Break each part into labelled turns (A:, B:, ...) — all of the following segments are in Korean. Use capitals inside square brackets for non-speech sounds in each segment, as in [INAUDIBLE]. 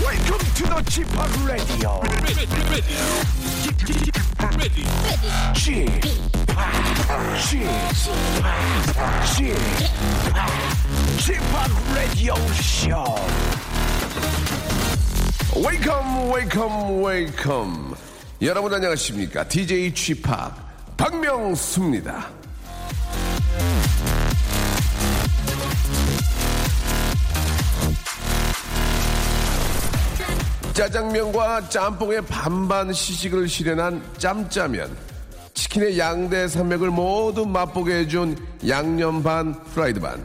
A: Welcome to the Chip Radio. Chip, Chip, Chip Radio Show.
B: 웨이컴 웨이컴 웨이컴 여러분 안녕하십니까 DJ 취팍 박명수입니다 짜장면과 짬뽕의 반반 시식을 실현한 짬짜면 치킨의 양대 산맥을 모두 맛보게 해준 양념 반 프라이드 반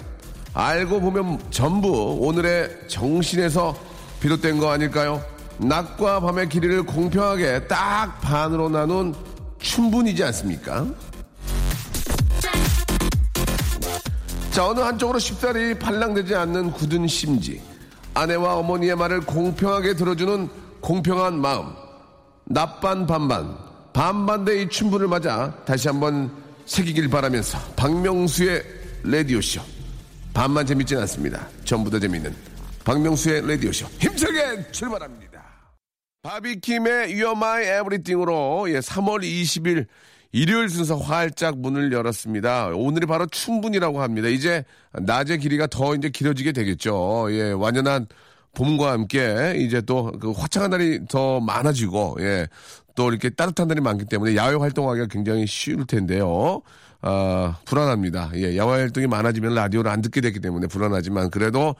B: 알고 보면 전부 오늘의 정신에서 비롯된 거 아닐까요? 낮과 밤의 길이를 공평하게 딱 반으로 나눈 춘분이지 않습니까? 자 어느 한쪽으로 쉽사리 팔랑되지 않는 굳은 심지 아내와 어머니의 말을 공평하게 들어주는 공평한 마음 낮반 반반 반반대 이 춘분을 맞아 다시 한번 새기길 바라면서 박명수의 라디오쇼 반만 재밌진 않습니다 전부 다 재밌는 박명수의 라디오쇼 힘차게 출발합니다 바비킴의 You're My Everything으로 예, 3월 20일 일요일 순서 활짝 문을 열었습니다. 오늘이 바로 춘분이라고 합니다. 이제 낮의 길이가 더 이제 길어지게 되겠죠. 예, 완연한 봄과 함께 이제 또 그 화창한 날이 더 많아지고 예, 또 이렇게 따뜻한 날이 많기 때문에 야외 활동하기가 굉장히 쉬울 텐데요. 아, 불안합니다. 예, 야외 활동이 많아지면 라디오를 안 듣게 됐기 때문에 불안하지만 그래도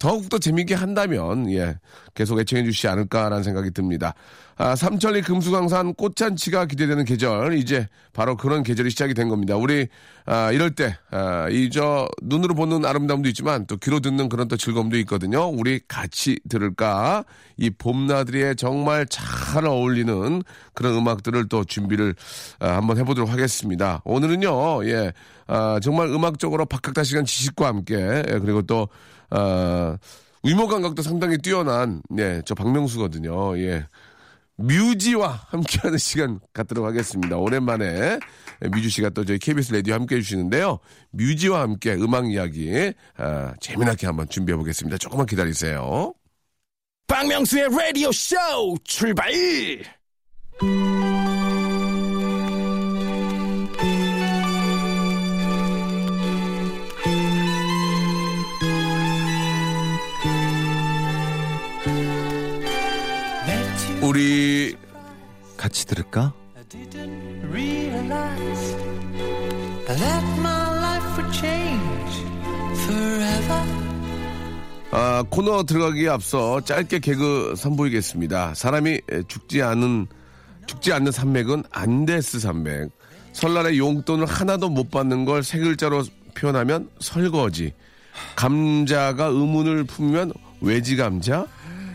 B: 더욱더 재밌게 한다면, 예, 계속 애청해 주시지 않을까라는 생각이 듭니다. 아, 삼천리 금수강산 꽃잔치가 기대되는 계절, 이제 바로 그런 계절이 시작이 된 겁니다. 우리, 아, 이럴 때, 아, 이, 저, 눈으로 보는 아름다움도 있지만 또 귀로 듣는 그런 또 즐거움도 있거든요. 우리 같이 들을까? 이 봄나들이에 정말 잘 어울리는 그런 음악들을 또 준비를 아, 한번 해보도록 하겠습니다. 오늘은요, 예, 아, 정말 음악적으로 박학다시간 지식과 함께, 예, 그리고 또, 아, 위모 감각도 상당히 뛰어난, 예, 저 박명수거든요. 예. 뮤지와 함께하는 [LAUGHS] 시간 갖도록 하겠습니다. 오랜만에 뮤지 씨가 또 저희 KBS 라디오 함께 해주시는데요. 뮤지와 함께 음악 이야기 아, 재미나게 한번 준비해 보겠습니다. 조금만 기다리세요.
A: 박명수의 Radio Show 출발.
B: 우리
C: 같이 들을까?
D: realized that my life would change forever.
B: 아, 코너 들어가기에 앞서 짧게 개그 선보이겠습니다. 사람이 죽지 않은 죽지 않는 산맥은 안데스 산맥. 설날에 용돈을 하나도 못 받는 걸 세 글자로 표현하면 설거지. 감자가 의문을 품으면 외지감자.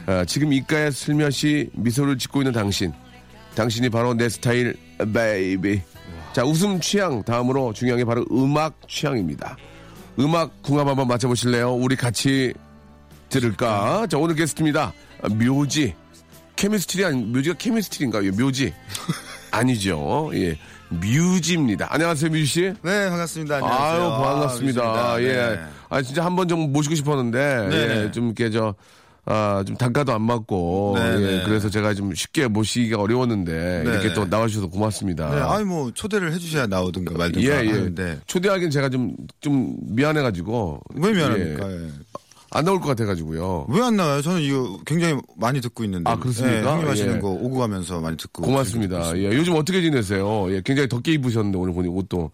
B: 아, 지금 입가에 슬며시 미소를 짓고 있는 당신. 당신이 바로 내 스타일 베이비. 자, 웃음 취향 다음으로 중요한 게 바로 음악 취향입니다. 음악 궁합 한번 맞춰보실래요? 우리 같이 들을까?
E: 네.
B: 자, 오늘 게스트입니다. 아, 묘지. 케미스트리 아니, 묘지가 케미스트리인가? 요
E: [LAUGHS]
B: 묘지. 아니죠. 예. 뮤지입니다. 안녕하세요, 뮤지 씨.
E: 네, 반갑습니다. 안녕하세요.
B: 아유, 반갑습니다.
E: 아,
B: 예.
E: 네.
B: 아, 진짜 한 번 좀 모시고 싶었는데,
E: 네네.
B: 예, 좀 이렇게 저, 아, 좀 단가도 안 맞고,
E: 네네.
B: 예, 그래서 제가 좀 쉽게 모시기가 어려웠는데, 이렇게
E: 네네.
B: 또 나와주셔서 고맙습니다.
E: 네, 아, 아니 뭐 초대를 해주셔야 나오든가 말든가
B: 예, 예.
E: 하는데
B: 초대하긴 제가 좀, 좀 미안해가지고.
E: 왜
B: 예.
E: 미안합니까? 예.
B: 안 나올 것 같아가지고요.
E: 왜 안 나와요? 저는 이거 굉장히 많이 듣고 있는데.
B: 아, 그렇습니까?
E: 예, 형님 하시는
B: 예.
E: 거 오고 가면서 많이 듣고.
B: 고맙습니다. 예, 요즘 어떻게 지내세요? 예, 굉장히 덥게 입으셨는데 오늘 보니
E: [LAUGHS]
B: 옷도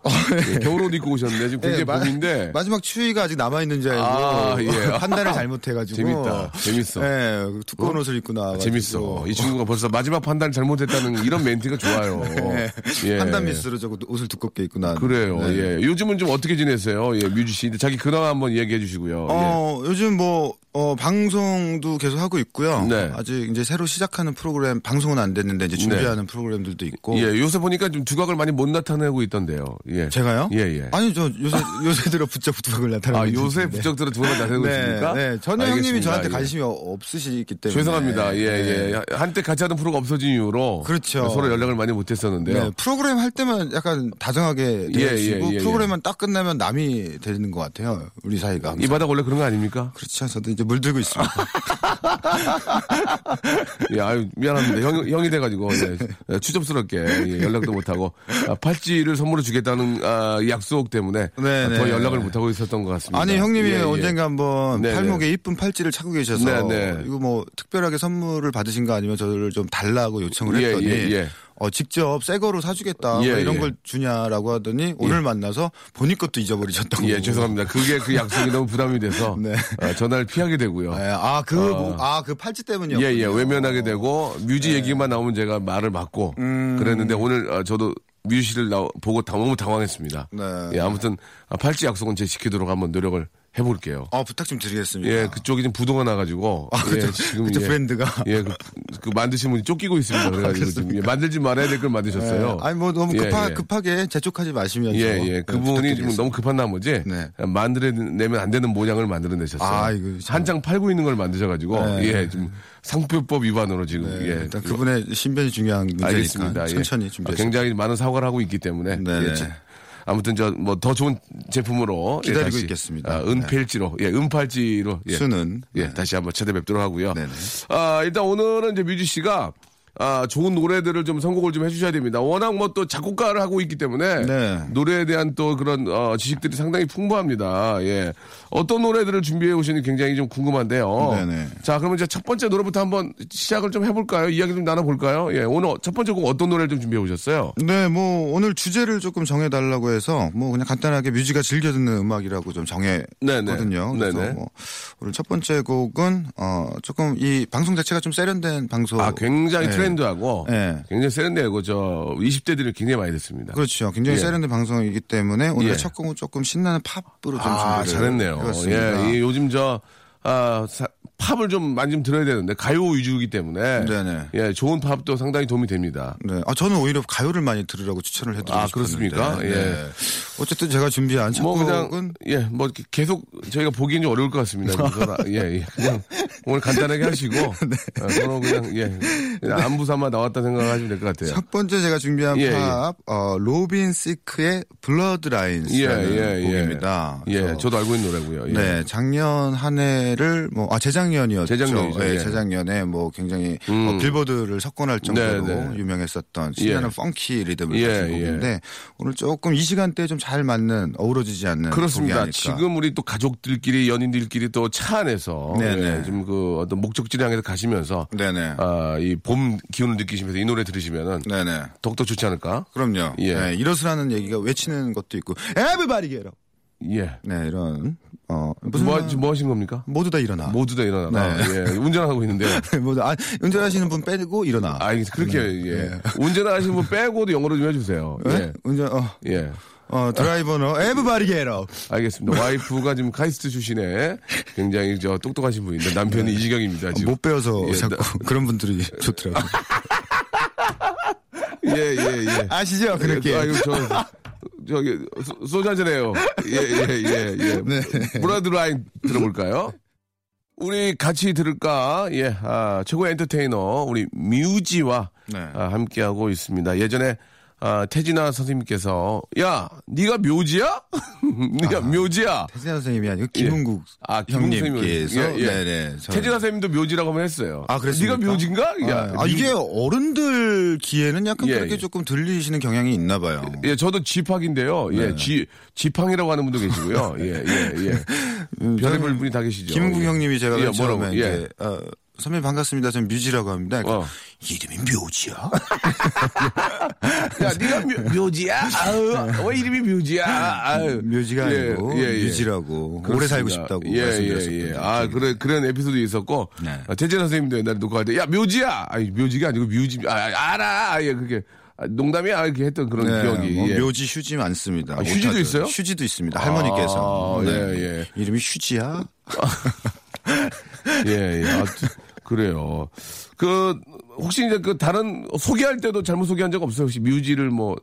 B: 예, 겨울옷 입고 오셨는데 지금 굉장히
E: 어, 예, 마-
B: 봄인데
E: [LAUGHS] 마지막 추위가 아직 남아 있는지 알고
B: 아, 예.
E: [LAUGHS] 판단을 잘못해가지고
B: 재밌다. 재밌어.
E: 예, 두꺼운 옷을 입고 나와.
B: 재밌어. 이 친구가 벌써 마지막 판단을 잘못했다는 이런 멘트가 좋아요.
E: [LAUGHS]
B: 예.
E: 네, 판단 미스로 저거 옷을 두껍게 입고 나.
B: 그래요.
E: 네.
B: 예. 요즘은 좀 어떻게 지내세요? 예, 뮤지 씨. 자기 근황 한번 이야기해 주시고요. 예.
E: 어, 요즘 뭐, 어, 방송도 계속 하고 있고요.
B: 네.
E: 아직 이제 새로 시작하는 프로그램, 방송은 안 됐는데 이제 준비하는 프로그램들도 있고.
B: 예. 예, 요새 보니까 좀 두각을 많이 못 나타내고 있던데요. 예.
E: 제가요?
B: 예, 예.
E: 아니, 저
B: [LAUGHS]
E: 요새, 요새 들어 부쩍 부쩍을 나타내고
B: 아,
E: 있는데.
B: 요새 부쩍들어 두각을 나타내고
E: 네,
B: 있습니까?
E: 네. 전혀 형님이
B: 알겠습니다.
E: 저한테
B: 예.
E: 관심이 어- 없으시기 때문에.
B: 죄송합니다. 예,
E: 네.
B: 예. 한때 같이 하던 프로가 없어진 이유로
E: 그렇죠.
B: 서로 연락을 많이 못
E: 네,
B: 했었는데요.
E: 프로그램 할 때만 약간 다정하게
B: 예,
E: 대해주시고
B: 예, 예,
E: 프로그램만 딱 끝나면 남이 되는 것 같아요. 우리 사이가.
B: 이 바닥 원래 그런 거 아닙니까?
E: 그렇죠. 저도 이제 물들고 있습니다.
B: 예, 아유, 미안합니다. 형, 형이 돼가지고, 예, 예, 추접스럽게, 예, 연락도 못하고, 아, 팔찌를 선물로 주겠다는, 아, 약속 때문에,
E: 네,
B: 아, 더
E: 네.
B: 연락을 못하고 있었던 것 같습니다.
E: 아니 형님이
B: 예, 예.
E: 언젠가 한번
B: 네,
E: 팔목에 이쁜 팔찌를 차고 계셔서
B: 네, 네.
E: 이거 뭐 특별하게 선물을 받으신 거 아니면 저를 좀 달라고 요청을
B: 예,
E: 했더니
B: 예, 예.
E: 어, 직접 새 거로 사주겠다
B: 예,
E: 뭐 이런
B: 예.
E: 걸 주냐라고 하더니 오늘 만나서 본인 것도 잊어버리셨다고
B: 예, 죄송합니다. 그게 그 약속이 너무 부담이 돼서,
E: 네.
B: 아, 전화를 피하게 되고요.
E: 예, 아그 아 그 팔찌 때문이요
B: 어.
E: 네.
B: 예, 예, 외면하게 되고, 뮤지 얘기만 나오면 제가 말을 막고,
E: 음.
B: 그랬는데, 오늘 아, 저도 뮤지 씨를 나, 보고 당, 너무 당황했습니다.
E: 네.
B: 예, 아무튼, 아, 팔찌 약속은 제 지키도록 한번 노력을 해볼게요.
E: 아 부탁 좀 드리겠습니다
B: 예, 그쪽이 지금 부도가 나가지고.
E: 아, 그쪽- 그쪽 브랜드가. 아,
B: 예, 그, 그 만드신 분이 쫓기고 있습니다. 그래가지고 지금 예, 만들지 말아야 될 걸 만드셨어요.
E: 아니 뭐 너무 급하,
B: 예, 예.
E: 급하게 재촉하지 마시면서
B: 예, 예. 그분이 지금
E: 부탁드리겠습니다.
B: 너무 급한 나머지
E: 네.
B: 만들어내면 안 되는 모양을 만들어내셨어요.
E: 아, 이거 참.
B: 한장 팔고 있는 걸 만드셔가지고
E: 네.
B: 예, 지금 상표법 위반으로 지금
E: 네,
B: 예.
E: 일단 그분의 신변이 중요한 문제니까
B: 알겠습니다. 예.
E: 천천히
B: 아,
E: 준비해 주세요.
B: 굉장히 많은 사과를 하고 있기 때문에
E: 네네.
B: 예, 지- 아무튼 저 뭐 더 좋은 제품으로 예,
E: 기다리고
B: 다시,
E: 있겠습니다.
B: 아, 은필지로 예, 은팔찌로 예,
E: 수는.
B: 예,
E: 네.
B: 다시 한번 찾아뵙도록 하고요.
E: 네네.
B: 아, 일단 오늘은 이제 뮤지 씨가 아, 좋은 노래들을 좀 선곡을 좀 해주셔야 됩니다. 워낙 뭐 또 작곡가를 하고 있기 때문에
E: 네.
B: 노래에 대한 또 그런 어, 지식들이 상당히 풍부합니다. 예, 어떤 노래들을 준비해 오시는지 굉장히 좀 궁금한데요.
E: 네네.
B: 자, 그러면 이제 첫 번째 노래부터 한번 시작을 좀 해볼까요? 이야기 좀 나눠볼까요? 예, 오늘 첫 번째 곡 어떤 노래를 좀 준비해 오셨어요?
E: 네, 뭐 오늘 주제를 조금 정해달라고 해서 뭐 그냥 간단하게 뮤지가 즐겨 듣는 음악이라고 좀 정했거든요.
B: 네네.
E: 그래서
B: 네네.
E: 뭐 오늘 첫 번째 곡은 어 조금 이 방송 자체가 좀 세련된 방송.
B: 아, 굉장히
E: 예.
B: 트렌드하고
E: 네.
B: 굉장히 세련되고 저 20대들이 굉장히 많이 듣습니다.
E: 그렇죠. 굉장히
B: 예.
E: 세련된 방송이기 때문에 오늘
B: 예.
E: 첫 곡은 조금 신나는 팝으로 좀
B: 아,
E: 준비를
B: 잘했네요.
E: 해봤습니다.
B: 예, 이 요즘 저, 아, 사- 팝을 좀 많이 좀 들어야 되는데, 가요 위주이기 때문에.
E: 네네.
B: 예, 좋은 팝도 상당히 도움이 됩니다.
E: 네. 아, 저는 오히려 가요를 많이 들으라고 추천을 해드리고
B: 아,
E: 싶었는데.
B: 그렇습니까? 예.
E: 네. 어쨌든 제가 준비한 첫
B: 뭐, 그냥,
E: 곡은
B: 예, 뭐, 이렇게 계속 저희가 보기엔 좀 어려울 것 같습니다.
E: [LAUGHS]
B: 그래서, 예, 예. 그냥 오늘 간단하게 하시고,
E: 네.
B: 어, 서로 그냥, 예. 그냥 안부 삼아 나왔다 생각하시면 될 것 같아요.
E: 첫 번째 제가 준비한
B: 예,
E: 팝, 어, 로빈 시크의
B: 예,
E: 블러드라인스라는
B: 예, 예.
E: 곡입니다.
B: 예,
E: 그래서
B: 저도 알고 있는 노래고요. 예.
E: 네, 작년 한 해를 뭐 아 재작년이었죠.
B: 재작년이죠,
E: 예,
B: 예. 음.
E: 재작년에 뭐 굉장히 어, 빌보드를 석권할
B: 네,
E: 정도로
B: 네.
E: 유명했었던 신나는 펑키 리듬을
B: 예,
E: 가진
B: 예.
E: 곡인데 오늘 조금 이 시간대에 좀 잘 맞는 어우러지지 않는 곡이
B: 그렇습니다.
E: 아닐까.
B: 지금 우리 또 가족들끼리 연인들끼리 또 차 안에서
E: 네네.
B: 예, 지금 그 어떤 목적지를 향해서 가시면서
E: 네네.
B: 아, 이 봄 기운을 느끼시면서 이 노래 들으시면은
E: 네네.
B: 더욱더 좋지 않을까?
E: 그럼요.
B: 예.
E: 네, 이렇으라는 얘기가 외치는 것도 있고 everybody get up.
B: 예.
E: 네, 이런 어 무슨
B: 뭐,
E: 말-
B: 뭐 하신 겁니까?
E: 모두 다 일어나.
B: 모두 다 일어나라.
E: 네.
B: 예, 운전하고
E: [LAUGHS]
B: 있는데.
E: 모두 아, 운전하시는 분 빼고 일어나.
B: 아, 이게 그렇게, 예. 운전하시는 분 빼고도 영어로 좀 해주세요.
E: 네?
B: 예.
E: 운전 어,
B: 예.
E: 어 드라이버는 everybody get up.
B: 알겠습니다. 와이프가 지금 카이스트 출신에 굉장히 저 똑똑하신 분인데 남편이
E: 네.
B: 이지경입니다. 지금.
E: 못 배워서
B: 예,
E: 자꾸
B: 나-
E: [LAUGHS] 그런 분들이 좋더라고요.
B: [LAUGHS] 예, 예, 예.
E: 아시죠? 그렇게.
B: 아이고, 저, 저기, 소- 소주 한잔 해요. 예, 예, 예, 예.
E: 네.
B: 브라드 라인 들어볼까요? 우리 같이 들을까? 예, 아, 최고의 엔터테이너, 우리 뮤지와
E: 네.
B: 아, 함께하고 있습니다. 예전에 아, 태진아 선생님께서 야, 네가 묘지야? [LAUGHS]
E: 아,
B: 네가 묘지야.
E: 태진아 선생님이 아니고 김은국
B: 아,
E: 형님께서
B: 예, 예.
E: 네네 저는-
B: 태진아 선생님도 묘지라고 하면 했어요.
E: 아, 그랬습니까?
B: 네가 묘지인가? 야,
E: 아,
B: 묘-
E: 이게 어른들 귀에는 약간
B: 예,
E: 그렇게
B: 예.
E: 조금 들리시는 경향이 있나 봐요.
B: 예, 저도 지팡인데요.
E: 네.
B: 예, 지 지팡이라고 하는 분도 계시고요. 예, 예, 예.
E: [LAUGHS]
B: 별의별 분이 다 계시죠.
E: 음, 김은국
B: 예.
E: 형님이 제가
B: 예,
E: 맨 처음에
B: 뭐라고?
E: 이제
B: 예.
E: 어, 선배 님 반갑습니다. 저는 뮤지라고 합니다.
B: 어.
E: 이름이 묘지야?
B: 야, 네가 묘, 지야 아유, 왜 이름이 묘지야? 아유.
E: 음, 묘지가
B: 예,
E: 아니고
B: 예, 예.
E: 뮤지라고 오래
B: 그렇습니다.
E: 살고 싶다고
B: 예,
E: 말씀드렸었거든요.
B: 예, 예. 아, 그래, 그런 에피소드 있었고.
E: 네.
B: 아, 재재 선생님도 옛날에 놓고 할 때, 야, 묘지야! 아니, 묘지가 아니고 뮤지, 아, 아, 알아! 아, 예, 그게. 아, 농담이야? 이렇게 했던 그런
E: 네,
B: 기억이.
E: 뭐
B: 예.
E: 묘지 휴지 많습니다.
B: 아, 휴지도
E: 오타들.
B: 있어요?
E: 휴지도 있습니다.
B: 아,
E: 할머니께서 네.
B: 예, 예.
E: 이름이 휴지야?
B: 예, 예. 아, 그래요. 그, 혹시 이제 그 다른, 소개할 때도 잘못 소개한 적 없어요? 혹시 뮤지를 뭐.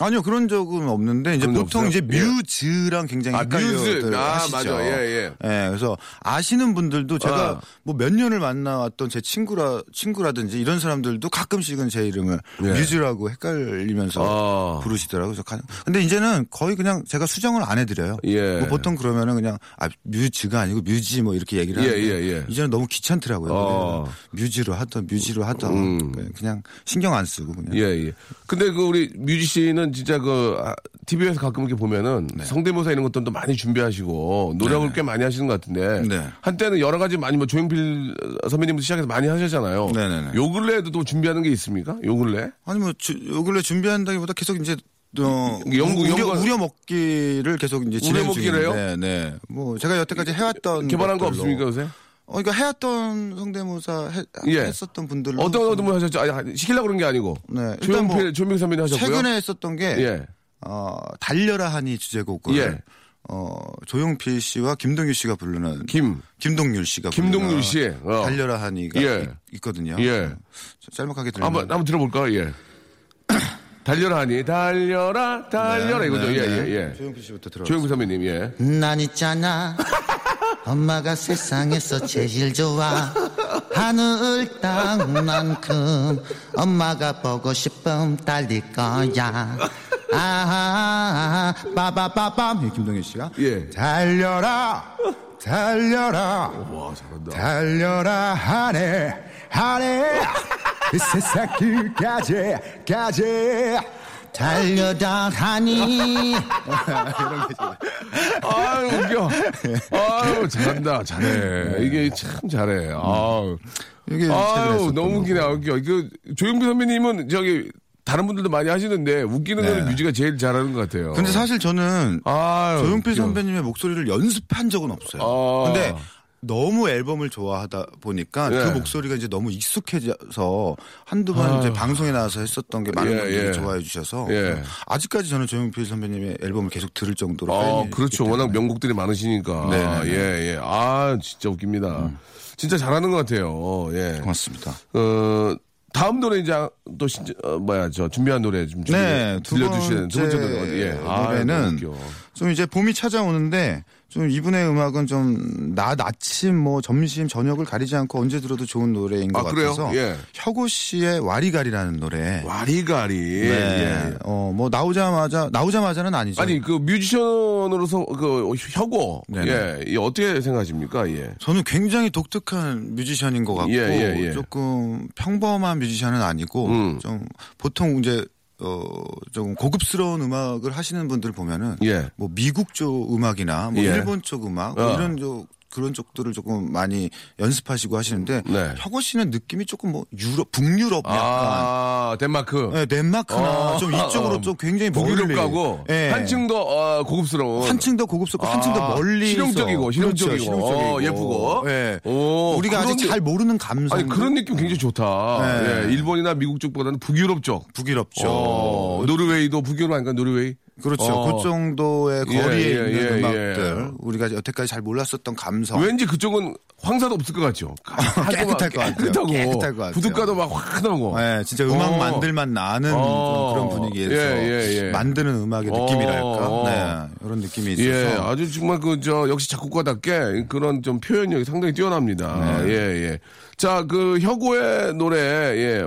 E: 아니요 그런 적은 없는데 이제
B: 그런 적
E: 보통
B: 없어요?
E: 이제
B: 예.
E: 뮤즈랑 굉장히
B: 아,
E: 헷갈려들
B: 뮤즈. 아,
E: 하시죠.
B: 맞아. 예,
E: 그래서 아시는 분들도
B: 아.
E: 제가 뭐 몇 년을 만나왔던 제 친구라 친구라든지 이런 사람들도 가끔씩은 제 이름을
B: 예.
E: 뮤즈라고 헷갈리면서
B: 아.
E: 부르시더라고요. 그래서 가- 근데 이제는 거의 그냥 제가 수정을 안 해드려요.
B: 예.
E: 뭐 보통 그러면은 그냥 아, 뮤즈가 아니고 뮤지 뭐 이렇게 얘기를
B: 예,
E: 하는데
B: 예, 예.
E: 이제는 너무 귀찮더라고요.
B: 어. 음.
E: 그래서 뮤즈로 하던 뮤지로 하던 그냥 신경 안 쓰고 그냥.
B: 예, 예. 근데 그 우리 뮤지 씨는 진짜 그 TV에서 가끔 이렇게 보면은
E: 네.
B: 성대모사 이런 것들도 많이 준비하시고 노력을 꽤 많이 하시는 것 같은데
E: 네.
B: 한때는 여러 가지 많이 뭐 조용필 선배님부터 시작해서 많이 하셨잖아요.
E: 네네네.
B: 요 근래에도 또 준비하는 게 있습니까? 요 근래?
E: 아니 뭐 주, 요 근래 준비한다기보다 계속 이제 어,
B: 연구,
E: 우려,
B: 연구가-
E: 우려 먹기를 계속 이제 진행
B: 우려먹기를 해요?
E: 중인데, 네. 뭐 제가 여태까지 해왔던
B: 개발한 거
E: 것들로.
B: 없습니까 요새?
E: 어, 그러니까 해왔던 성대모사 해,
B: 예.
E: 했었던 분들로
B: 어떤 어떤 분 하셨죠? 아니, 시키려고 그런 게 아니고.
E: 음. 네, 일단
B: 조용필,
E: 뭐
B: 조용필 선배님 하셨고요.
E: 최근에 했었던 게
B: 예.
E: 어, 달려라 하니 주제곡을
B: 예.
E: 어, 조용필 씨와 김동률 씨가 부르는
B: 김.
E: 김동률 씨가
B: 김동률
E: 부르는
B: 씨, 어.
E: 달려라 하니가
B: 예.
E: 있, 거든요
B: 예.
E: 짤막하게 들으면
B: 한번 한번 들어볼까요? 예. [COUGHS] 달려라 하니 달려라 달려라 이거죠.
E: 네,
B: 예,
E: 네.
B: 예, 예.
E: 조용필 씨부터 들어.
B: 조용필 선배님, 예.
F: 난 있잖아 엄마가 세상에서 제일 좋아 하늘 땅만큼 엄마가 보고 싶음 딸릴 거야 아하 빠바바밤
E: 예, 김동률 씨가
B: 예.
E: 달려라 달려라
B: 와, 잘한다.
E: 달려라 하네 하네 이 세상 끝까지 까지
F: 달려다 하니
B: 아유, 웃겨. 아유, 잘한다. 잘해. 이게 참 잘해. 아유.
E: 이게 네. 최근에
B: 아유,
E: 했었던
B: 너무 웃기네. 아, 웃겨. 그, 조용필 선배님은 저기, 다른 분들도 많이 하시는데, 웃기는 거는 뮤지가 제일 잘하는 것 같아요.
E: 네. 근데 사실 저는
B: 아유,
E: 조용필
B: 웃겨.
E: 선배님의 목소리를 연습한 적은 없어요
B: 아.
E: 근데 너무 앨범을 좋아하다 보니까
B: 예.
E: 그 목소리가 이제 너무 익숙해져서 한두 번 이제 방송에 나와서 했었던 게 많은
B: 예,
E: 분들이
B: 예.
E: 좋아해 주셔서 네.
B: 예.
E: 아직까지 저는 조용필 선배님의 앨범을 계속 들을 정도로
B: 아,
E: 팬이기
B: 그렇죠.
E: 때문에.
B: 워낙 명곡들이 많으시니까.
E: 네.
B: 예, 예. 아, 진짜 웃깁니다.
E: 음.
B: 진짜 잘하는 것 같아요. 예.
E: 네, 고맙습니다
B: 어, 다음 노래 이제 또 신청, 어, 뭐야 저 준비한 노래 좀 준비,
E: 네, 두
B: 들려주시는 두 번째 노래 예. 아,
E: 노래는
B: 너무 웃겨.
E: 좀 이제 봄이 찾아오는데 좀 이분의 음악은 좀 낮 아침 뭐 점심 저녁을 가리지 않고 언제 들어도 좋은 노래인 것
B: 아, 그래요?
E: 같아서
B: 예.
E: 혁오 씨의 와리가리라는 노래.
B: 와리가리
E: 네.
B: 예.
E: 어뭐 나오자마자 나오자마자는 아니죠.
B: 아니 그 뮤지션으로서 그 혁오
E: 네네.
B: 예. 이 어떻게 생각하십니까 예.
E: 저는 굉장히 독특한 뮤지션인 것 같고
B: 예, 예, 예.
E: 조금 평범한 뮤지션은 아니고
B: 음.
E: 좀 보통 이제 어좀 고급스러운 음악을 하시는 분들 보면은
B: 예.
E: 뭐 미국 쪽 음악이나 뭐
B: 예.
E: 일본 쪽 음악 뭐
B: 어.
E: 이런 쪽 그런 쪽들을 조금 많이 연습하시고 하시는데
B: 네.
E: 혁오 씨는 느낌이 조금 뭐 유럽 북유럽 약간
B: 아 덴마크
E: 네, 덴마크나
B: 어.
E: 좀 이쪽으로
B: [LAUGHS] 어.
E: 좀 굉장히
B: 북유럽
E: 멀리.
B: 가고
E: 예.
B: 한층 더 어, 고급스러운
E: 한층 더 고급스럽고 한층 더
B: 아,
E: 멀리
B: 실용적이고,
E: 있어.
B: 실용적이고.
E: 그렇죠, 실용적이고.
B: 어, 예쁘고.
E: 예.
B: 오,
E: 우리가 아직
B: 그런-
E: 잘 모르는 감성
B: 아니 그런 느낌 굉장히 좋다
E: 네.
B: 예. 일본이나 미국 쪽보다는 북유럽 쪽
E: 북유럽죠
B: 어, 노르웨이도 북유럽 아닌가 노르웨이
E: 그렇죠
B: 어.
E: 그 정도의
B: 예,
E: 거리에
B: 예,
E: 있는
B: 예,
E: 음악들
B: 예.
E: 우리가 여태까지 잘 몰랐었던 감성
B: 왠지 그쪽은 황사도 없을 것
E: [LAUGHS]
B: 같죠.
E: 어. 깨끗할 것 같아요.
B: 깨끗하고
E: 깨끗할 것 같아요.
B: 부둣가도 막 환하고.
E: 예, 진짜 음악
B: 어.
E: 만들만 나는 좀
B: 어.
E: 그런 분위기에서
B: 예, 예, 예.
E: 만드는 음악의
B: 어.
E: 느낌이랄까
B: 어.
E: 네, 이런 느낌이 있어서
B: 예, 아주 정말 그 저 역시 작곡가답게 그런 좀
E: 네.
B: 표현력이 상당히 뛰어납니다. 예, 예. 자, 그 혁오의 노래 예.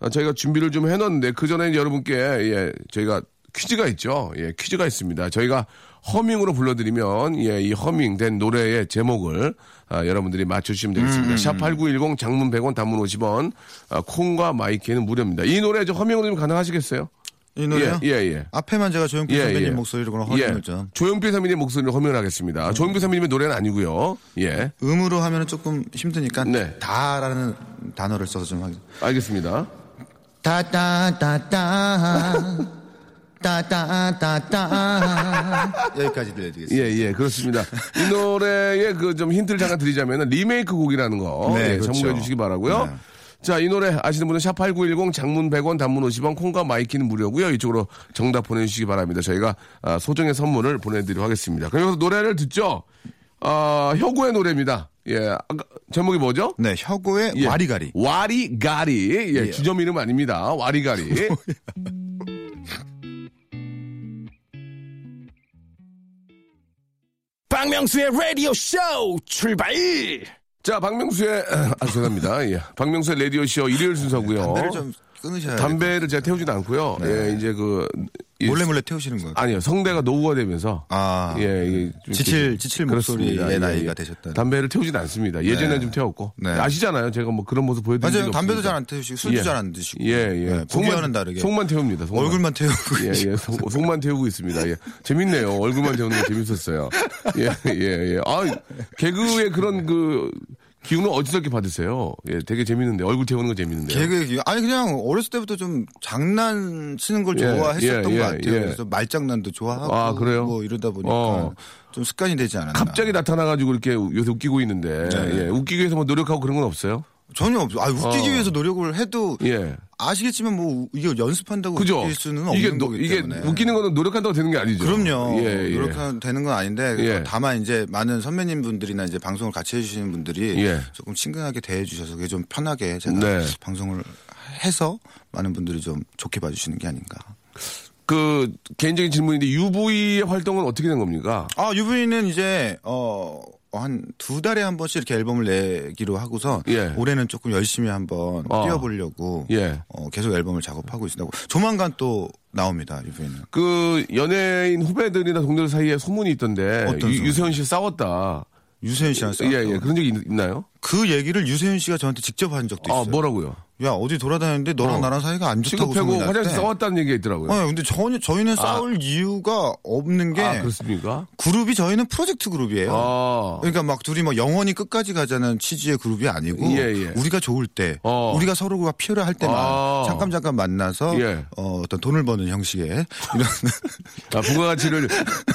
B: 아, 저희가 준비를 좀 해놨는데 그 전에 여러분께 예, 저희가 퀴즈가 있죠. 예, 퀴즈가 있습니다. 저희가 허밍으로 불러드리면 예, 이 허밍된 노래의 제목을 아, 여러분들이 맞춰주시면
E: 음.
B: 되겠습니다. 샵8910 장문 100원 단문 50원 아, 콩과 마이키는 무료입니다. 이 노래 저 허밍으로 좀 가능하시겠어요?
E: 이 노래요?
B: 예, 예, 예.
E: 앞에만 제가 조용필 선배님 목소리로 그럼 허밍을 좀.
B: 조용필 선배님 목소리로
E: 음.
B: 허밍하겠습니다. 조용필 선배님의 노래는 아니고요. 예,
E: 음으로 하면 은 조금 힘드니까
B: 네.
E: 다라는 단어를 써서 좀 하겠습니다.
B: 알겠습니다.
F: 따따따따 따따따따
E: 여기까지 들려드리겠습니다.
B: 예, 예, 그렇습니다. 이 노래의 그 좀 힌트를 잠깐 드리자면 리메이크 곡이라는 거
E: 네,
B: 예,
E: 그렇죠.
B: 참고해 주시기 바라고요.
E: 네.
B: 자, 이 노래 아시는 분은 샵8910 장문 100원 단문 50원 콩과 마이키는 무료고요. 이쪽으로 정답 보내주시기 바랍니다. 저희가 아, 소정의 선물을 보내드리도록 하겠습니다. 그럼 여기서 노래를 듣죠. 아, 혁오의 노래입니다. 예, 아까 제목이 뭐죠?
E: 네, 혁오의
B: 예.
E: 와리가리.
B: 와리가리. 예, 주점 이름 아닙니다.
E: [LAUGHS]
B: 와리가리.
A: 박명수의 라디오 쇼 출발!
B: 자, 박명수의, 아, 죄송합니다. 예. 박명수의 라디오쇼 일요일 순서고요
E: 아, 네, 담배를 좀 끊으셔야 돼요.
B: 담배를 제가 태우진 않고요. 예, 이제 그 이-
E: 몰래 몰래 태우시는 거예요.
B: 아니요 성대가 노후가 되면서
E: 아.
B: 예, 예, 좀
E: 지칠-
B: 이렇게-
E: 지칠
B: 그렇습니다. 예,
E: 목소리의 나이가 되셨다는.
B: 담배를 태우진 않습니다. 예전에 좀 태웠고
E: 네.
B: 아시잖아요. 제가 뭐 그런 모습 보여드린
E: 맞아요.
B: 적이
E: 담배도
B: 없으니까.
E: 잘 안 태우시고 술도
B: 예.
E: 잘 안 드시고.
B: 예, 예.
E: 보기와는 다르게
B: 속만 태웁니다. 속만.
E: 얼굴만 태우고.
B: 예,
E: [LAUGHS]
B: 예, 속, 속만 태우고 있습니다. 예. 재밌네요. 얼굴만 태우는 거 재밌었어요. 예, 예, 예. 아, 개그의 그런 그 기운을 어디서 이렇게 받으세요? 예, 되게 재밌는데. 얼굴 태우는 거 재밌는데요.
E: 개그 얘기. 아니 그냥 어렸을 때부터 좀 장난치는 걸
B: 예,
E: 좋아했었던
B: 예, 예,
E: 것 같아요.
B: 예.
E: 그래서 말장난도 좋아하고
B: 아, 그래요?
E: 뭐 이러다 보니까
B: 어.
E: 좀 습관이 되지 않았나.
B: 갑자기 나타나가지고 이렇게 요새 웃기고 있는데.
E: 네.
B: 예, 웃기기 위해서 뭐 노력하고 그런 건 없어요?
E: 전혀 없어. 아, 웃기기
B: 어.
E: 위해서 노력을 해도
B: 예.
E: 아시겠지만 뭐 우- 이게 연습한다고
B: 그죠?
E: 웃길 수는 없는
B: 이게, 노-
E: 거기
B: 이게
E: 때문에.
B: 웃기는 거는 노력한다고 되는 게 아니죠.
E: 그럼요.
B: 예, 예.
E: 노력하면 되는 건 아닌데
B: 예.
E: 다만 이제 많은 선배님 분들이나 이제 방송을 같이 해주시는 분들이
B: 예.
E: 조금 친근하게 대해주셔서 그게 좀 편하게 제가
B: 네.
E: 방송을 해서 많은 분들이 좀 좋게 봐주시는 게 아닌가.
B: 그 개인적인 질문인데 UV의 활동은 어떻게 된 겁니까?
E: 아 유빈이는 이제 어한 두 달에 한 번씩 이렇게 앨범을 내기로 하고서
B: 예.
E: 올해는 조금 열심히 한번
B: 어.
E: 뛰어보려고
B: 예.
E: 어, 계속 앨범을 작업하고 있다고 조만간 또 나옵니다 유빈이는.
B: 그 연예인 후배들이나 동료들 사이에 소문이 있던데
E: 어떤 소문?
B: 유, 세윤씨 싸웠다.
E: 유세윤 씨랑 싸웠
B: 예, 예. 그런 적이 있, 나요
E: 그 얘기를 유세윤 씨가 저한테 직접 한 적도 있어요.
B: 아, 뭐라고요?
E: 야 어디 돌아다니는데 너랑
B: 어.
E: 나랑 사이가 안 좋다고
B: 취급하고
E: 소문이 났대.
B: 화장실 싸웠다는 얘기가 있더라고요.
E: 어, 예. 근데 저희, 저희는 싸울 이유가 없는 게
B: 아, 그렇습니까?
E: 그룹이 저희는 프로젝트 그룹이에요.
B: 아.
E: 그러니까 막 둘이 막 영원히 끝까지 가자는 취지의 그룹이 아니고
B: 예, 예.
E: 우리가 좋을 때
B: 어.
E: 우리가 서로가 필요할 때만
B: 아.
E: 잠깐 잠깐 만나서
B: 예.
E: 어, 어떤 돈을
B: [LAUGHS]
E: 버는 형식의 이런
B: 아, 부가가치를,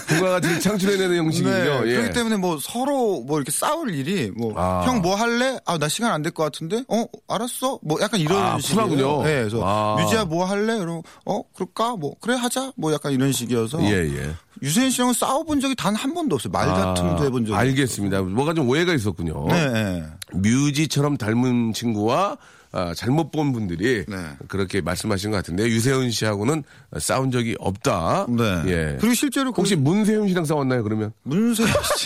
B: 부가가치를 창출해내는 형식이군요. 예.
E: 네, 그렇기 때문에 뭐 서로 뭐 이렇게 싸울 일이 뭐
B: 아.
E: 형 뭐 할래? 아 나 시간 안 될 것 같은데 어 알았어 뭐 약간 이런
B: 아,
E: 식이에요.
B: 쿨하군요.
E: 네, 그래서
B: 아.
E: 유지야 뭐 할래? 그럼 어 그럴까? 뭐 그래 하자 뭐 약간 이런 식이어서
B: 예, 예.
E: 유세윤 씨랑 싸워본 적이 단 한 번도 없어요. 말 다툼도 해본 적이
B: 아, 알겠습니다. 뭐가 좀 오해가 있었군요.
E: 없어요. 네, 네.
B: 뮤지처럼 닮은 친구와 아, 잘못 본 분들이
E: 네.
B: 그렇게 말씀하신 것 같은데 유세훈 씨하고는 싸운 적이 없다.
E: 네.
B: 예.
E: 그리고 실제로 그-
B: 혹시 문세훈 씨랑 싸웠나요? 그러면
E: 문세윤
B: [LAUGHS]
E: 씨.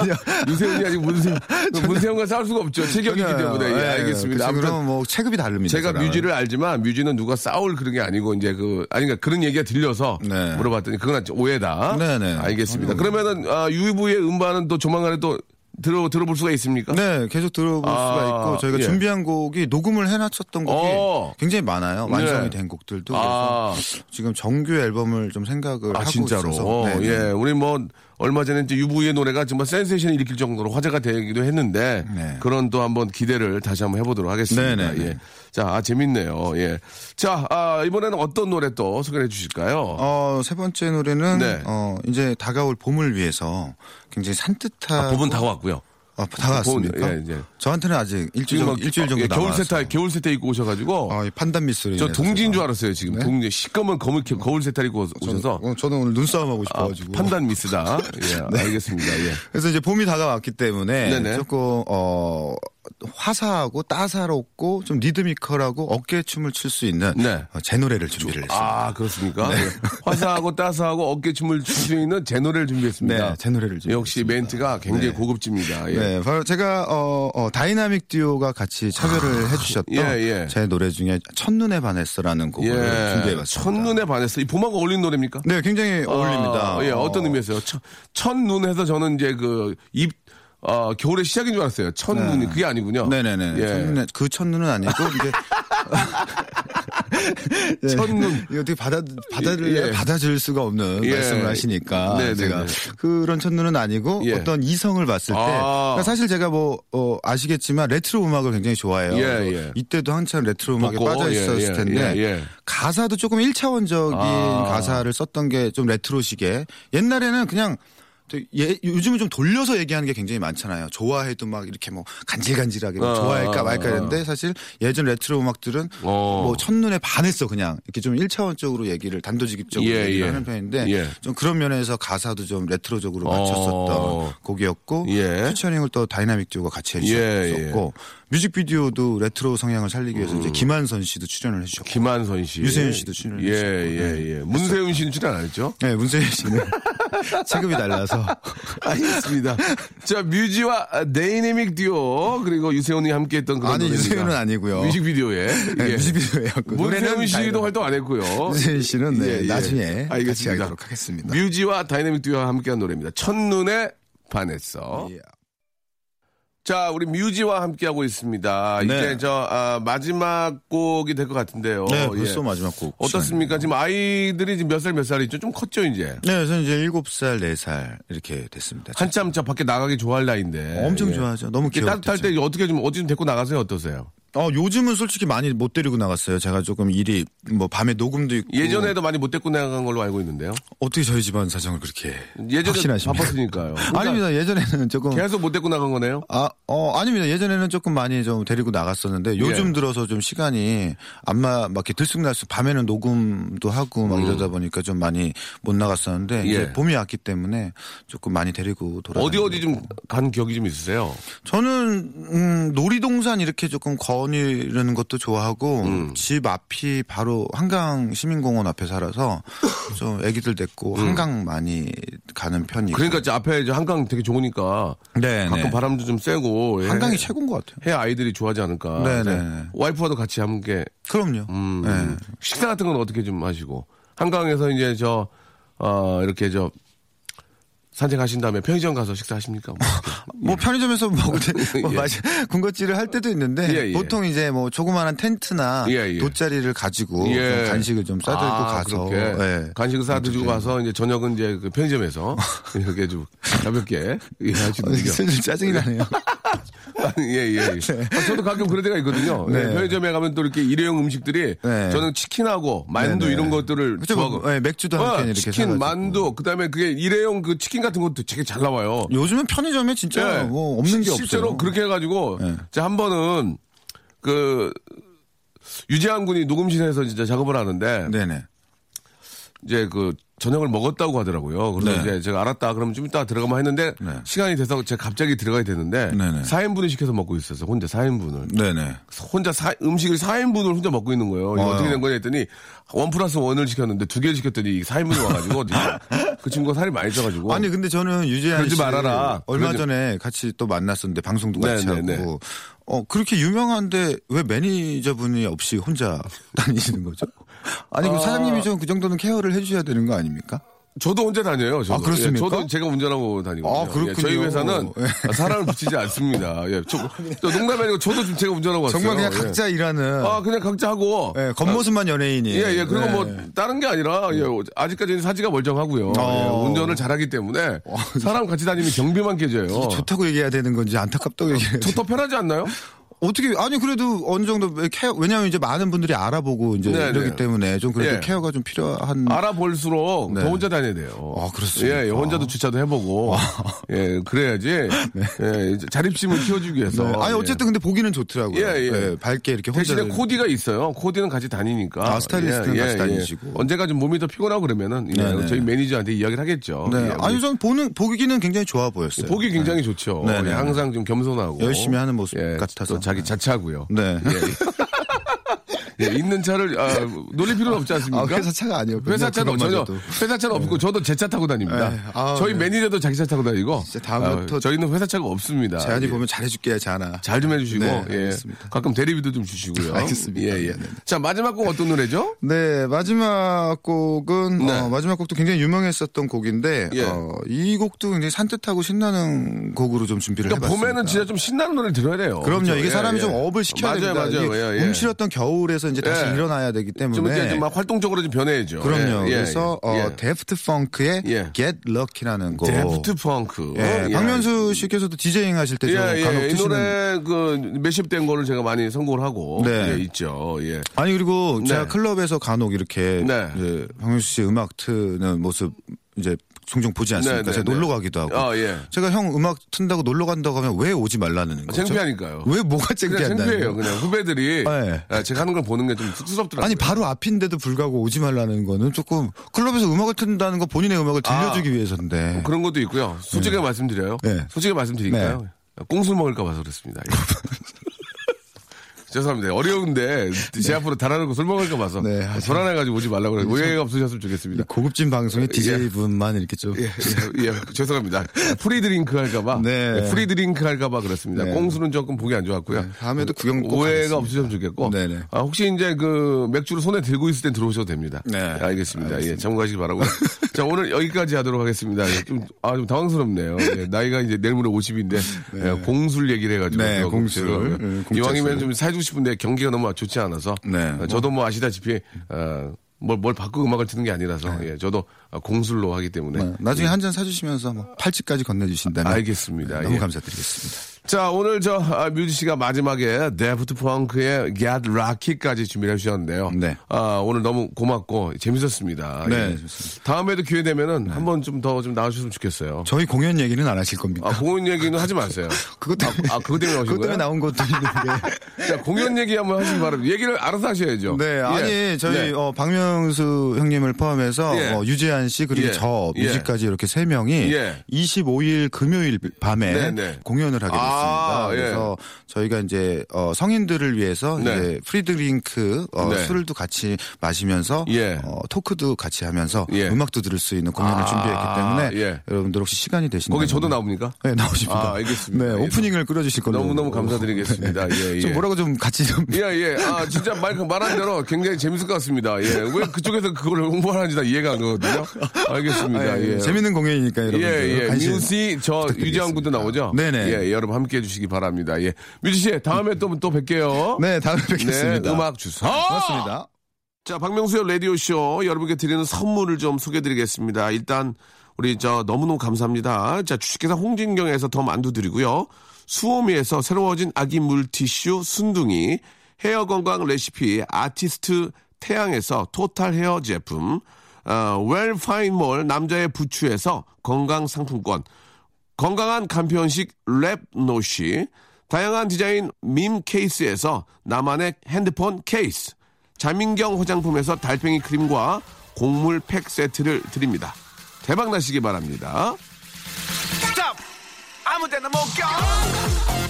E: 아니요.
B: 유세훈이 아직 문세훈
E: [LAUGHS]
B: 문세훈과 싸울 수가 없죠. 체격이기 때문에 예, 알겠습니다.
E: 그
B: 아무튼
E: 친구는 뭐 체급이 다릅니다.
B: 제가
E: 저랑은.
B: 뮤지를 알지만 뮤지는 누가 싸울 그런 게 아니고 이제 그 아니 그러니까 그런 얘기가 들려서
E: 네.
B: 물어봤더니 그건 아직 오해다.
E: 네네.
B: 알겠습니다. 그러면은 아, 유이부의 음반은 또 조만간에 또 들어 들어볼 수가 있습니까?
E: 네, 계속 들어볼
B: 아,
E: 수가 있고 저희가
B: 예.
E: 준비한 곡이 녹음을 해놨었던 곡이
B: 어.
E: 굉장히 많아요.
B: 네.
E: 완성이 된 곡들도
B: 아.
E: 그래서 지금 정규 앨범을 좀 생각을
B: 아
E: 하고
B: 진짜로
E: 있어서 네,
B: 예
E: 네.
B: 우리 뭐 얼마 전에 이제 유부의 노래가 정말 센세이션을 일으킬 정도로 화제가 되기도 했는데
E: 네.
B: 그런 또 한번 기대를 다시 한번 해보도록 하겠습니다
E: 네, 네, 네.
B: 예자 아, 재밌네요 예자 아, 이번에는 어떤 노래 또 소개해 주실까요
E: 어, 세 번째 노래는
B: 네.
E: 어, 이제 다가올 봄을 위해서 굉장히 산뜻한
B: 아, 봄은 다 왔고요
E: 아, 다가왔습니까?
B: 봄은, 예, 이제.
E: 저한테는 아직 일주일,
B: 막
E: 정도, 일주일 정도
B: 예, 겨울
E: 남아서.
B: 세타 겨울 세타 입고 오셔가지고
E: 아, 이 판단 미스로
B: 저
E: 인해서
B: 동진
E: 제가.
B: 줄 알았어요 지금 동진 시꺼먼 검은 겨- 겨울 세타 입고 오셔서
E: 네? 저는, 어, 저는 오늘 눈싸움 하고 싶어가지고.
B: 아,
E: 네.
B: 판단
E: [LAUGHS]
B: 미스다 예 알겠습니다 예
E: 그래서 이제 봄이 다가왔기 때문에
B: 네네.
E: 조금 어 화사하고 따사롭고 좀 리드미컬하고 어깨 춤을 출 수 있는
B: 네.
E: 어, 제 노래를 준비를 했습니다.
B: 아 그렇습니까? 네. 화사하고 따스하고 어깨춤을 출 수 있는 제 노래를 준비했습니다. 예,
E: 네, 제 노래를 준비했습니다.
B: 역시 멘트가 굉장히 고급집니다. 예.
E: 네, 바로 제가 어, 어, 다이나믹 듀오가 같이 참여를 해주셨던
B: 아, 예, 예.
E: 제 노래 중에 첫눈에 반했어라는 곡을
B: 예.
E: 준비해봤습니다.
B: 첫눈에 반했어. 이 봄하고 어울리는 노래입니까?
E: 네, 굉장히
B: 아,
E: 어울립니다.
B: 예, 어떤 의미에서요? 첫, 첫눈에서 저는 이제 그 입, 어, 겨울의 시작인 줄 알았어요. 첫눈이 그게 아니군요.
E: 네. 네네네.
B: 예.
E: 첫눈에, 그 첫눈은 아니고
B: [LAUGHS]
E: 이제 예.
B: 첫눈.
E: 이거 어떻게 받아 받아들
B: 예.
E: 받아줄 수가 없는
B: 예.
E: 말씀을 하시니까
B: 네네네.
E: 제가 그런 첫눈은 아니고
B: 예.
E: 어떤 이성을 봤을 때
B: 아.
E: 그러니까 사실 제가 뭐 어, 아시겠지만 레트로 음악을 굉장히 좋아해요.
B: 예,
E: 그래서
B: 예.
E: 이때도 한참 레트로 음악에
B: 듣고,
E: 빠져
B: 예,
E: 있었을
B: 예,
E: 텐데
B: 예, 예.
E: 가사도 조금 일차원적인
B: 아.
E: 가사를 썼던 게 좀 레트로식에 옛날에는 그냥 되게 예, 요즘은 좀 돌려서 얘기하는 게 굉장히 많잖아요. 좋아해도 막 이렇게 뭐 간질간질하게 뭐
B: 아,
E: 좋아할까 말까
B: 아.
E: 했는데 사실 예전 레트로 음악들은
B: 어.
E: 뭐 첫눈에 반했어 그냥 이렇게 좀 1차원적으로 얘기를 단도직입적으로
B: 예,
E: 얘기를
B: 예.
E: 하는 편인데
B: 예.
E: 좀 그런 면에서 가사도 좀 레트로적으로 맞췄었던
B: 어.
E: 곡이었고
B: 예.
E: 퓨처링을 또 다이나믹 듀오가 같이
B: 예, 음.
E: 해주셨었고 뮤직비디오도 레트로 성향을 살리기 위해서 이제 김한선 씨도 출연을 해주셨고
B: 김한선 씨.
E: 유세윤 씨도 출연을
B: 예,
E: 했었고,
B: 예, 예. 문세윤 씨는 출연 안 했죠?
E: 네, 문세윤 씨는 [LAUGHS] 체급이 달라서 아,
B: 알겠습니다. [LAUGHS] 자, 뮤지와 다이내믹 듀오, 그리고 유세윤이 함께 했던 그런.
E: 아니,
B: 노래입니다.
E: 유세윤은 아니고요.
B: 뮤직비디오에. 예.
E: 네, 뮤직비디오였고
B: 문세윤
E: 노래는
B: 씨도
E: 다이나믹.
B: 활동 안 했고요.
E: 문세윤 씨는 네,
B: 예, 예.
E: 나중에 같이
B: 알겠습니다.
E: 하도록 하겠습니다. 예.
B: 뮤지와 다이내믹 듀오와 함께한 노래입니다. 첫눈에 반했어.
E: 예.
B: 자, 우리 뮤지와 함께하고 있습니다. 이제
E: 네.
B: 저 아, 마지막 곡이 될 것 같은데요.
E: 네,
B: 예.
E: 벌써 마지막 곡.
B: 어떻습니까? 지금 아이들이 지금 몇 살 몇 살이죠? 좀 컸죠, 이제.
E: 네, 저는 이제 7살, 4살 이렇게 됐습니다. 네,
B: 한참 저 밖에 나가기 좋아할 나이인데.
E: 엄청
B: 예.
E: 좋아하죠. 너무
B: 이게
E: 귀여워.
B: 따뜻할 때 어떻게 좀 어디 좀 데리고 나가세요? 어떠세요?
E: 어, 요즘은 솔직히 많이 못 데리고 나갔어요. 제가 조금 일이 뭐 밤에 녹음도 있고
B: 예전에도 많이 못 데리고 나간 걸로 알고 있는데요.
E: 어떻게 저희 집안 사정을 그렇게
B: 예전에
E: 확신하십니까?
B: 바빴으니까요. 그러니까
E: [LAUGHS] 아닙니다. 예전에는 조금
B: 계속 못 데리고 나간 거네요.
E: 아, 어, 아닙니다. 예전에는 조금 많이 좀 데리고 나갔었는데 요즘
B: 예.
E: 들어서 좀 시간이 안마 막 이렇게 들쑥날쑥 밤에는 녹음도 하고 막 이러다 보니까 좀 많이 못 나갔었는데
B: 예.
E: 이제 봄이 왔기 때문에 조금 많이 데리고 돌아
B: 어디 어디 좀 간 기억이 좀 있으세요?
E: 저는 음, 놀이동산 이렇게 조금 거니르는 것도 좋아하고
B: 음.
E: 집 앞이 바로 한강 시민공원
B: [COUGHS]
E: 앞에 살아서 좀 아기들 데리고 한강 많이 가는
B: 음.
E: 편이고
B: 그러니까 이제 앞에 이제 한강 되게 좋으니까
E: 네,
B: 가끔
E: 네.
B: 바람도 좀 세고 예.
E: 한강이 최고인 것 같아요.
B: 해 아이들이 좋아하지 않을까.
E: 네,
B: 이제
E: 네, 네.
B: 와이프와도 같이 함께
E: 그럼요.
B: 음,
E: 네.
B: 식사 같은 건 어떻게 좀 하시고 한강에서 이제 저 어, 이렇게 저 산책하신 다음에 편의점 가서 식사하십니까? 뭐 이렇게.
E: 뭐 편의점에서 [LAUGHS]
B: [LAUGHS]
E: 먹을 때, 뭐
B: 예.
E: 마시, 군것질을 할 때도 있는데
B: 예, 예.
E: 보통 이제 뭐 조그마한 텐트나
B: 예, 예.
E: 돗자리를 가지고
B: 예.
E: 좀 간식을 좀 싸들고
B: 아,
E: 가서
B: 그렇게.
E: 예.
B: 간식을 싸들고 가서 이제 저녁은 이제 그
E: [LAUGHS]
B: 편의점에서 이렇게 좀 가볍게 예,
E: 어,
B: 하시는군요.
E: 슬슬 짜증이
B: 예.
E: 나네요.
B: 아니, 예, 예. 아, 저도 가끔 그런 데가 있거든요.
E: 네.
B: 예, 편의점에 가면 또 이렇게 일회용 음식들이
E: 네.
B: 저는 치킨하고 [LAUGHS] 만두
E: 네, 네.
B: 이런 것들을
E: 그쵸,
B: 좋아하고.
E: 뭐, 예, 맥주도
B: 어,
E: 한캔 이렇게
B: 치킨,
E: 사가지고.
B: 만두, 그 다음에 그게 일회용 그 치킨 같은 것도 되게 잘 나와요.
E: 요즘은 편의점에 진짜
B: 예.
E: 뭐 없는 게
B: 시- 실제로
E: 없어요. 예.
B: 그렇게 해가지고 제가 한 번은 그 유재한 군이 녹음실에서 진짜 작업을 하는데
E: 네네.
B: 이제 그 저녁을 먹었다고 하더라고요. 그래서
E: 네.
B: 이제 제가 알았다. 그럼 좀 이따 들어가면 했는데 시간이 돼서 제가 갑자기 들어가야 되는데
E: 네네.
B: 4인분을 시켜서 먹고 있었어. 혼자 4인분을.
E: 네네.
B: 혼자 사- 음식을 4인분을 혼자 먹고 있는 거예요. 이거
E: 어요.
B: 어떻게 된 거냐 했더니 원 플러스 원을 시켰는데 두 개를 시켰더니 4인분이 와가지고 어떡해. [LAUGHS] 그 친구가 살이 많이 쪄가지고
E: 아니 근데 저는 유재한
B: 그러지
E: 씨
B: 말아라.
E: 얼마
B: 그러지-
E: 전에 같이 또 만났었는데 방송도 같이
B: 네, 네,
E: 하고 어 그렇게 유명한데 왜 매니저분이 없이 혼자 [LAUGHS] 다니시는 거죠? 아니 그 사장님이 좀 그 정도는 케어를 해주셔야 되는 거 아닙니까?
B: 저도 혼자 다녀요. 저도.
E: 아, 그렇습니까?
B: 예, 저도 제가 운전하고 다니고.
E: 아, 그렇군요.
B: 저희 회사는 아,
E: 예.
B: 사람을 붙이지 않습니다. 예, 저, 저 농담이 아니고 저도 지금 제가 운전하고 왔어요.
E: 정말 그냥
B: 예.
E: 각자 일하는
B: 아, 그냥 각자 하고.
E: 예, 겉모습만 연예인이
B: 예, 예. 그리고
E: 네. 음.
B: 뭐, 다른 게 아니라, 예, 아직까지는 사지가 멀쩡하고요.
E: 어.
B: 예, 운전을 잘하기 때문에, 사람 같이 다니면 경비만 깨져요. 아,
E: 좋다고 얘기해야 되는 건지 안타깝다고 얘기해야
B: 저 더 편하지 않나요?
E: 어떻게 아니 그래도 어느 정도 케어 왜냐하면 이제 많은 분들이 알아보고 이제
B: 네,
E: 이러기
B: 네.
E: 때문에 좀 그래도
B: 예.
E: 케어가 좀 필요한
B: 알아볼수록
E: 음. 네.
B: 더 혼자 다녀야 돼요.
E: 아, 그렇습니까?
B: 예, 예, 혼자도 주차도 해보고. 예, 그래야지. 예, 이제 자립심을 키워주기 위해서.
E: 네. 아니
B: 예.
E: 어쨌든 근데 보기는 좋더라고요. 네,
B: 예, 예.
E: 밝게 이렇게 혼자
B: 대신에 코디가 있어요. 코디는 같이 다니니까. 예,
E: 아, 스타일리스트는 같이 다니시고.
B: 언제가 좀 몸이 더 피곤하고 그러면은 예,
E: 네, 네.
B: 저희 매니저한테 이야기를 하겠죠.
E: 네.
B: 예,
E: 아니 전 보는 보기는 굉장히 좋아 보였어요.
B: 보기 굉장히 좋죠.
E: 네, 네.
B: 예, 항상 좀 겸손하고 예,
E: 열심히 하는 모습 같아서.
B: 또 자기 자차고요.
E: 네. [LAUGHS]
B: 예, 있는 차를 아, 놀릴 필요는 없지 않습니까?
E: 아, 회사 차가 아니었군요.
B: 회사 차는 전혀
E: 그것마저도.
B: 회사 차는 없고 저도 제 차 타고 다닙니다.
E: 네. 아,
B: 저희
E: 네.
B: 매니저도 자기 차 타고 다니고.
E: 진짜 다음부터
B: 아, 저희는 회사 차가 없습니다. 예.
E: 재한이 보면 잘해줄게 재한아.
B: 잘 좀 해주시고
E: 네,
B: 예.
E: 알겠습니다.
B: 가끔 대리비도 좀 주시고요.
E: [LAUGHS] 알겠습니다.
B: 예, 예.
E: 네, 네.
B: 자 마지막 곡 어떤 노래죠?
E: 네 마지막 곡은
B: 네.
E: 어, 마지막 곡도 굉장히 유명했었던 곡인데
B: 예.
E: 어, 이 곡도 굉장히 산뜻하고 신나는 곡으로 좀 준비를
B: 그러니까
E: 해봤습니다.
B: 봄에는 진짜 좀 신나는 노래를 들어야 돼요.
E: 그럼요.
B: 그렇죠?
E: 이게
B: 예,
E: 사람이
B: 예.
E: 좀 업을 시켜야
B: 맞아요,
E: 됩니다.
B: 맞아요.
E: 이게
B: 예, 예.
E: 움츠렸던 겨울에서 이제 다시
B: 예.
E: 일어나야 되기
B: 좀 이제
E: 때문에.
B: 좀 막 활동적으로 좀 변해야죠.
E: 그럼요.
B: 예, 예,
E: 그래서
B: 예.
E: 어,
B: 예.
E: 데프트 펑크의
B: 예.
E: Get Lucky라는 곡.
B: 데프트 펑크.
E: 예,
B: 예.
E: 박명수 씨께서도 디제잉 하실 때
B: 예,
E: 좀 간혹
B: 예, 이
E: 트시는
B: 노래 그 몇십 된 거를 제가 많이 선곡을 하고
E: 네.
B: 예, 있죠. 예.
E: 아니 그리고
B: 네.
E: 제가 클럽에서 간혹 이렇게
B: 네.
E: 이제 박명수 씨 음악 트는 모습 이제 종종 보지 않습니까?
B: 네, 네,
E: 제가
B: 네.
E: 놀러 가기도 하고.
B: 아, 예.
E: 제가 형 음악 튼다고 놀러 간다고 하면 왜 오지 말라는
B: 아,
E: 거죠?
B: 창피하니까요.
E: 왜 뭐가
B: 그냥
E: 창피한다?
B: 창피해요. 그냥 후배들이
E: [LAUGHS] 네.
B: 아, 제가 하는 걸 보는 게 좀 쑥스럽더라고요.
E: 아니 바로 앞인데도 불구하고 오지 말라는 거는 조금 클럽에서 음악을 튼다는 건 본인의 음악을
B: 아.
E: 들려주기 위해서인데.
B: 예. 그런 것도 있고요. 솔직히 말씀드려요.
E: 네.
B: 솔직히 말씀드릴까요? 예. 꽁술 먹을까 봐서 그렇습니다.
E: [LAUGHS]
B: 예. 죄송합니다. 어려운데 제 앞으로 달아놓고 술 먹을까 봐서
E: 네, 아, 참.
B: 불안해가지고 오지 말라고 그래요. 오해가 없으셨으면 좋겠습니다.
E: 고급진 방송의 DJ 분만 이렇게 좀
B: 예, 예, 예, 죄송합니다. 프리드링크 할까봐. 예,
E: 네.
B: 프리드링크 할까봐 그렇습니다.
E: 네.
B: 꽁수는 조금 보기 안 좋았고요.
E: 다음에도 구경 꼭
B: 오해가
E: 하겠습니다.
B: 없으셨으면 좋겠고.
E: 네네.
B: 아, 혹시 이제 그 맥주를 손에 들고 있을 땐 들어오셔도 됩니다.
E: 네.
B: 알겠습니다. 예, 참고하시기
E: [LAUGHS]
B: 바라고. 자, 오늘 여기까지 하도록 하겠습니다. 예, 좀, 아, 좀 당황스럽네요. 예, 나이가 이제 내일 모레 50인데 예, 공술 얘기를 해가지고.
E: 네,
B: 또
E: 공술.
B: 제가
E: 예, 공짜술.
B: 이왕이면 좀 사주고 싶은데 경기가 너무 좋지 않아서.
E: 네.
B: 아, 저도 뭐 아시다시피, 어, 뭘, 뭘 바꾸고 음악을 듣는 게 아니라서. 예, 저도 아, 공술로 하기 때문에.
E: 네, 나중에 한 잔 사주시면서 뭐 팔찌까지 건네주신다면
B: 알겠습니다.
E: 너무
B: 예.
E: 감사드리겠습니다.
B: 자, 오늘 저 아, 뮤지 씨가 마지막에 데프트 펑크의 Get Rocky까지 준비를 해주셨는데요.
E: 네.
B: 아, 오늘 너무 고맙고 재밌었습니다.
E: 네,
B: 예.
E: 좋습니다. 네.
B: 다음에도 기회 되면은 한번 좀 더 좀 나와주셨으면 좋겠어요.
E: 저희 공연 얘기는 안 하실 겁니까?
B: 아, 공연 얘기는 하지 마세요.
E: 그것 때문에
B: 아, 그것 때문에 나오신
E: 그것 때문에
B: 거예요?
E: 나온
B: [LAUGHS]
E: 것도 있는데.
B: 자, 공연 얘기 한번 하시기 바랍니다. 얘기를 알아서 하셔야죠.
E: 네,
B: 예.
E: 아니 저희
B: 네.
E: 어, 박명수 형님을 포함해서
B: 예.
E: 어, 유재한 씨 그리고
B: 예.
E: 저
B: 예.
E: 뮤지까지 이렇게 세 명이
B: 예.
E: 25일 금요일 밤에
B: 네, 네.
E: 공연을 하게 됐습니다.
B: 아, 예.
E: 그래서 저희가 이제 어, 성인들을 위해서
B: 네.
E: 이제 프리드링크 어,
B: 네.
E: 술도 같이 마시면서
B: 예.
E: 어, 토크도 같이 하면서
B: 예.
E: 음악도 들을 수 있는 공연을
B: 아,
E: 준비했기 때문에
B: 예.
E: 여러분들 혹시 시간이 되신다면
B: 거기 저도 나옵니까?
E: 네, 나오십니다.
B: 아, 알겠습니다.
E: 네,
B: 예.
E: 오프닝을 끌어주실 걸로.
B: 너무너무 감사드리겠습니다. 예, 예.
E: 네. 좀 뭐라고 좀 같이 좀.
B: 예, 예. 아, 진짜 말, 말한 대로 굉장히 재밌을 것 같습니다. 예. 왜 그쪽에서 그걸 홍보하는지 다 이해가 안 가거든요. 알겠습니다. 예.
E: 아, 재밌는 공연이니까 여러분.
B: 예, 예. 민우 씨, 저 유재환 군도 나오죠?
E: 네네.
B: 예, 여러분 함께 해주시기 바랍니다. 예. 뮤지 씨, 다음에 또, 또 뵐게요.
E: 네, 다음에 뵙겠습니다. 아!
B: 네, 음악 주소.
E: 맞습니다.
B: 자, 박명수의 라디오쇼 여러분께 드리는 선물을 좀 소개해드리겠습니다. 일단, 우리 저 너무너무 감사합니다. 자, 주식회사 홍진경에서 더 만두 드리고요. 수오미에서 새로워진 아기 물티슈 순둥이, 헤어 건강 레시피 아티스트 태양에서 토탈 헤어 제품, 어, 웰파인몰 남자의 부추에서 건강 상품권, 건강한 간편식 랩노시, 다양한 디자인 밈 케이스에서 나만의 핸드폰 케이스, 자민경 화장품에서 달팽이 크림과 곡물 팩 세트를 드립니다. 대박 나시기 바랍니다.
A: 스탑! 아무 데나 못 가!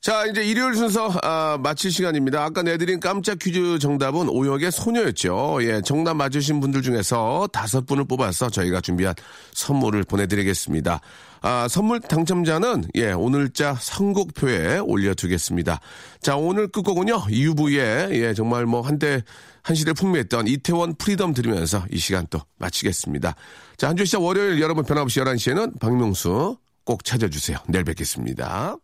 B: 자, 이제 일요일 순서 아, 마칠 시간입니다. 아까 내드린 깜짝 퀴즈 정답은 오역의 소녀였죠. 예, 정답 맞으신 분들 중에서 다섯 분을 뽑아서 저희가 준비한 선물을 보내드리겠습니다. 아, 선물 당첨자는 예, 오늘자 선곡표에 올려두겠습니다. 자, 오늘 끝곡은요 UV의 예, 정말 뭐 한때 한 시대 풍미했던 이태원 프리덤 들으면서 이 시간 또 마치겠습니다. 자, 한 주 시작 월요일 여러분 변함없이 11시에는 박명수 꼭 찾아주세요. 내일 뵙겠습니다.